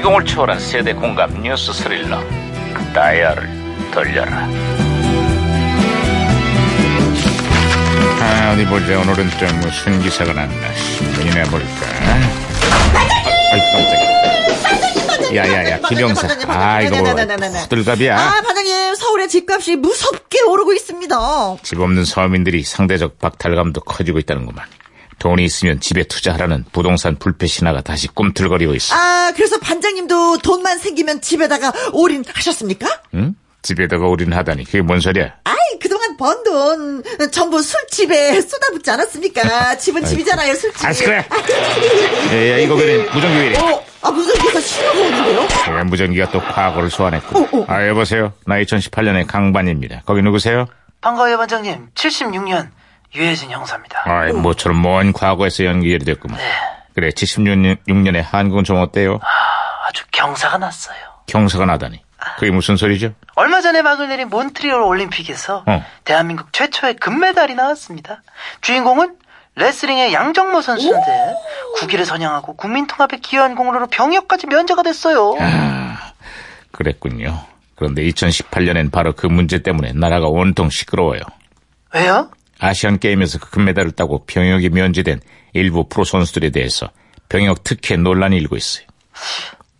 폭풍을 초월한 세대 공감 뉴스 스릴러 다이아를 돌려라 아, 어디 보자. 오늘은 또 무슨 기사가 났나. 신문이나 볼까. 아이, 깜짝이야. 네, 야야야, 김영사. 반장님, 아, 이거 네, 뭐, 나나나나나. 호들갑이야. 아, 반장님, 서울의 집값이 무섭게 오르고 있습니다. 집 없는 서민들이 상대적 박탈감도 커지고 있다는구만. 돈이 있으면 집에 투자하라는 부동산 불패 신화가 다시 꿈틀거리고 있어. 아, 그래서 반장님도 돈만 생기면 집에다가 올인하셨습니까? 응? 집에다가 올인하다니. 그게 뭔 소리야? 아이, 그동안 번 돈 전부 술집에 쏟아붓지 않았습니까? 집은 집이잖아요, 술집. 아, 시끄러. 야, 야, 이거 왜 이래? 무전기 왜 이래? 어, 아, 무슨 기사 신호가 오는데요? 예, 무전기가 또 과거를 소환했군. 어, 어. 아, 여보세요. 나 2018년의 강반입니다. 거기 누구세요? 반가워요 반장님 76년 유해진 형사입니다 네, 아이, 모처럼 먼 과거에서 연기열이 됐구만. 그래, 76년에 한국은 좀 어때요? 아주 경사가 났어요 경사가 나다니. 그게 무슨 소리죠? 얼마 전에 막을 내린 몬트리올 올림픽에서 어. 대한민국 최초의 금메달이 나왔습니다 주인공은 레슬링의 양정모 선수인데 국위를 선양하고 국민통합에 기여한 공로로 병역까지 면제가 됐어요 아. 그랬군요. 그런데 2018년엔 바로 그 문제 때문에 나라가 온통 시끄러워요. 왜요? 아시안 게임에서 그 금메달을 따고 병역이 면제된 일부 프로 선수들에 대해서 병역 특혜 논란이 일고 있어요.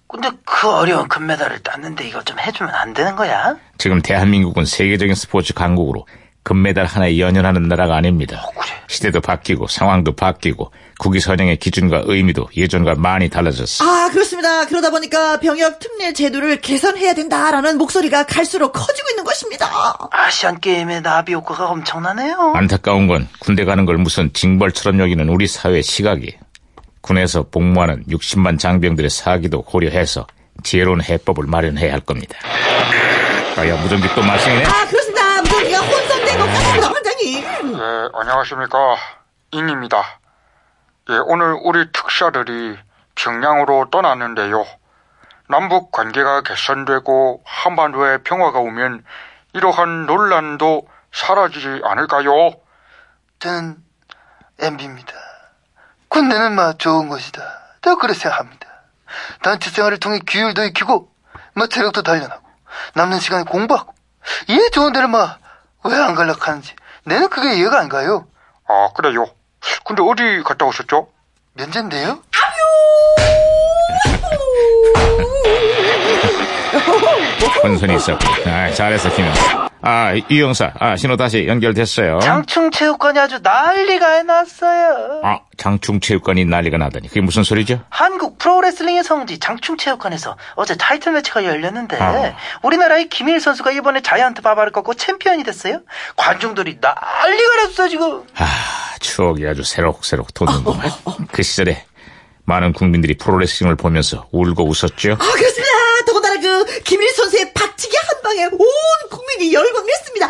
근데 그 어려운 금메달을 땄는데 이거 좀 해주면 안 되는 거야? 지금 대한민국은 세계적인 스포츠 강국으로 금메달 하나에 연연하는 나라가 아닙니다. 시대도 바뀌고 상황도 바뀌고 국위 선양의 기준과 의미도 예전과 많이 달라졌어. 아, 그렇습니다. 그러다 보니까 병역 특례 제도를 개선해야 된다라는 목소리가 갈수록 커지고 있는 것입니다. 아시안 게임의 나비 효과가 엄청나네요 안타까운 건 군대 가는 걸 무슨 징벌처럼 여기는 우리 사회 시각이 군에서 복무하는 60만 장병들의 사기도 고려해서 지혜로운 해법을 마련해야 할 겁니다. 아야 무전기 또 말썽이네. 아, 그렇습니다. 무전기가 혼선된 것 같습니다, 반장님. 예, 안녕하십니까. 인입니다. 예, 오늘 우리 특사들이 평양으로 떠났는데요. 남북 관계가 개선되고 한반도에 평화가 오면 이러한 논란도 사라지지 않을까요? 저는 MB입니다. 군대는 마 좋은 것이다. 저 그렇게 생각합니다. 단체 생활을 통해 규율도 익히고, 마 체력도 단련하고, 남는 시간에 공부하고, 이 좋은 데를 마왜안 갈락 하는지, 내는 그게 이해가 안 가요. 아, 그래요. 근데 어디 갔다 오셨죠? 면제인데요? 혼선이 있었고. 아, 잘했어 김영. 아 이영사. 아 신호 다시 연결됐어요. 장충체육관이 아주 난리가 났어요. 아, 장충체육관이 난리가 나다니. 그게 무슨 소리죠? 한국 프로레슬링의 성지 장충체육관에서 어제 타이틀 매치가 열렸는데 아. 우리나라의 김일 선수가 이번에 자이언트 바바를 꺾고 챔피언이 됐어요. 관중들이 난리가 났어요 지금. 아, 추억이 아주 새록새록 돋는구만. 그 시절에 많은 국민들이 프로레슬링을 보면서 울고 웃었죠. 아, 그렇습니다. 더군다나 그, 김일 선수의 박치기 한 방에 온 국민이 열광했습니다.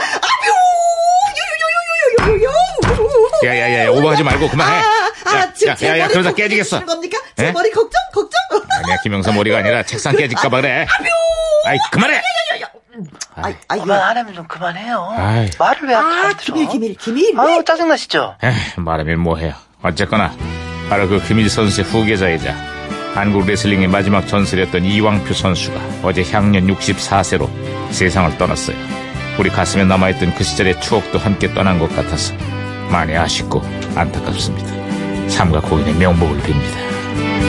아뇨! 요요요요요요요! 야, 야, 야, 야, 오버하지 말고 그만해. 아, 아, 야, 지금 야, 제 야, 야, 머리 그러다 걱정 깨지겠어. 되시는 겁니까? 제 에? 머리 걱정? 걱정? 아니야, 김영사 머리가 아니라 책상 깨질까 봐 그래. 아이, 그만해. 아, 아, 이거. 그만하려면 좀 그만해요. 아이. 말을 왜 이렇게 아, 잘 들어? 김일, 김일, 김일. 아우 짜증나시죠? 에휴, 말하면 뭐해요. 어쨌거나 바로 그 김일 선수의 후계자이자 한국 레슬링의 마지막 전설이었던 이왕표 선수가 어제 향년 64세로 세상을 떠났어요. 우리 가슴에 남아있던 그 시절의 추억도 함께 떠난 것 같아서 많이 아쉽고 안타깝습니다. 삼가 고인의 명복을 빕니다.